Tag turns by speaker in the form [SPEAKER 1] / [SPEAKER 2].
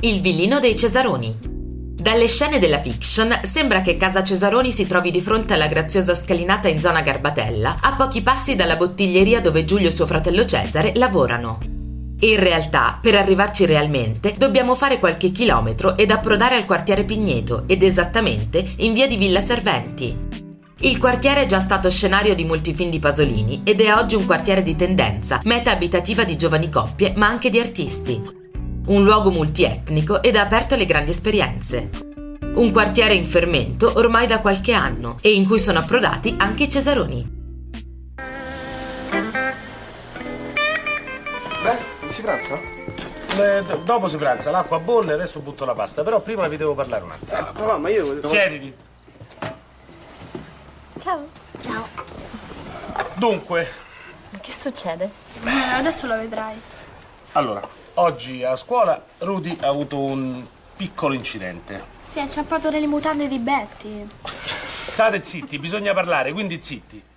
[SPEAKER 1] Il villino dei Cesaroni. Dalle scene della fiction sembra che Casa Cesaroni si trovi di fronte alla graziosa scalinata in zona Garbatella, a pochi passi dalla bottiglieria dove Giulio e suo fratello Cesare lavorano. In realtà, per arrivarci realmente, dobbiamo fare qualche chilometro ed approdare al quartiere Pigneto, ed esattamente in via di Villa Serventi. Il quartiere è già stato scenario di molti film di Pasolini ed è oggi un quartiere di tendenza, meta abitativa di giovani coppie ma anche di artisti. Un luogo multietnico ed aperto alle grandi esperienze. Un quartiere in fermento ormai da qualche anno e in cui sono approdati anche i Cesaroni.
[SPEAKER 2] Beh, si pranza?
[SPEAKER 3] Eh, d- dopo si pranza, l'acqua bolle, adesso butto la pasta, però prima vi devo parlare un attimo.
[SPEAKER 2] Ah, papà, ma io volevo...
[SPEAKER 3] Siediti.
[SPEAKER 4] Ciao.
[SPEAKER 5] Ciao.
[SPEAKER 3] Dunque,
[SPEAKER 4] Che succede?
[SPEAKER 5] Eh, adesso lo vedrai.
[SPEAKER 3] allora, oggi a scuola Rudy ha avuto un piccolo incidente.
[SPEAKER 5] Si è inciampato nelle mutande di Betty.
[SPEAKER 3] State zitti, bisogna parlare, quindi zitti.